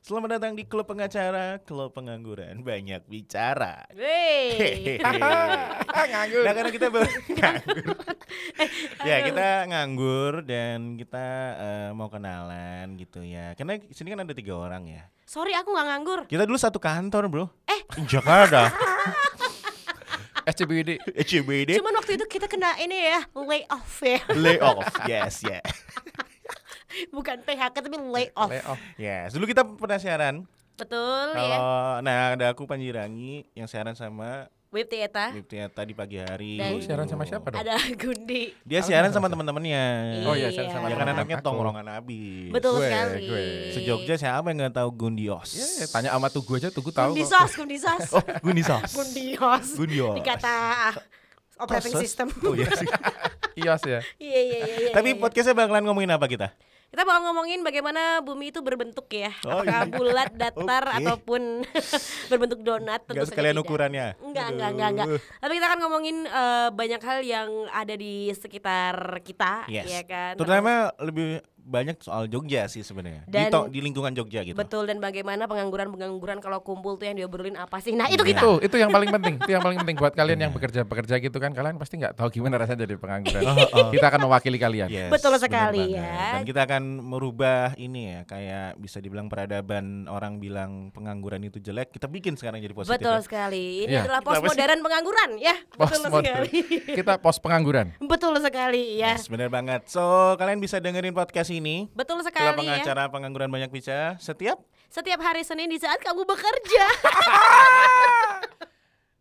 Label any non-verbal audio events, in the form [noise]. Selamat datang di Klub Pengacara, Klub Pengangguran Banyak Bicara. Wey. nganggur. [laughs] Nah karena kita [laughs] baru nganggur. ya Eh, aduh. kita nganggur dan kita eh, mau kenalan gitu ya. Karena di sini kan ada tiga orang ya. [laughs] Sorry aku nggak nganggur. Kita dulu satu kantor bro. Eh. [laughs] Jakarta. SCBD. HBD. Cuman waktu itu kita kena ini ya layoff ya, [laughs] Layoff. Yes ya. bukan PHK tapi layoff. Layoff. Yes. Dulu kita pernah siaran. Betul ya. Kalau nah ada aku Panjirangi yang siaran sama Wib Tieta Liptia tadi pagi hari. Ah. Dan- Lu siaran sama siapa dong? ada [laughs] Gundi. Dia Aku siaran nggak sama tahu. teman-temannya. Oh iya, Iya. siaran sama Ya kan teman-teman anaknya aku. tongkrongan abis. Betul Gue, sekali. gue. Sejogja siapa yang nggak tahu Gundios? Iya, iya, tanya sama Tugu aja, Tugu tahu. Gundi kok. sos, Gundi sos. [laughs] Oh, [laughs] Gundisos. Gundios. Gundios. Dikata [laughs] ah, operating Proses. system. [laughs] Oh iya sih. Ios ya. Iya iya iya. iya, Tapi iya. podcastnya bakalan ngomongin apa kita? kita bakal ngomongin bagaimana bumi itu berbentuk ya. Oh, Apakah iya. bulat, [laughs] datar Oke. ataupun [laughs] berbentuk donat tentu Gak saja sekalian tidak. ukurannya. Enggak, Aduh. enggak, enggak, enggak. Tapi kita akan ngomongin eh, banyak hal yang ada di sekitar kita, Yes. ya kan? Terutama lebih banyak soal Jogja sih sebenarnya. Di, Dan- to- di lingkungan Jogja gitu. Betul dan bagaimana pengangguran-pengangguran kalau kumpul tuh yang diobrolin apa sih? Nah, itu Iya. kita. Itu, itu yang paling penting. Itu yang paling penting buat kalian yang bekerja-bekerja gitu kan. Kalian pasti nggak tahu gimana rasanya jadi pengangguran. Kita akan mewakili kalian. Yes, Betul benar sekali banget. ya. Dan kita akan merubah ini ya, kayak bisa dibilang peradaban orang bilang pengangguran itu jelek, kita bikin sekarang jadi positif. Betul ya. sekali. Ini Iya. adalah Kenapa sih? postmodern pengangguran, ya. Betul Pos-mod. sekali. [laughs] Kita pos pengangguran. Betul sekali, ya. Yes, bener banget. So, kalian bisa dengerin podcast ini. Betul Kalau sekali ya. pengacara pengangguran banyak bicara setiap Setiap hari Senin di saat kamu bekerja.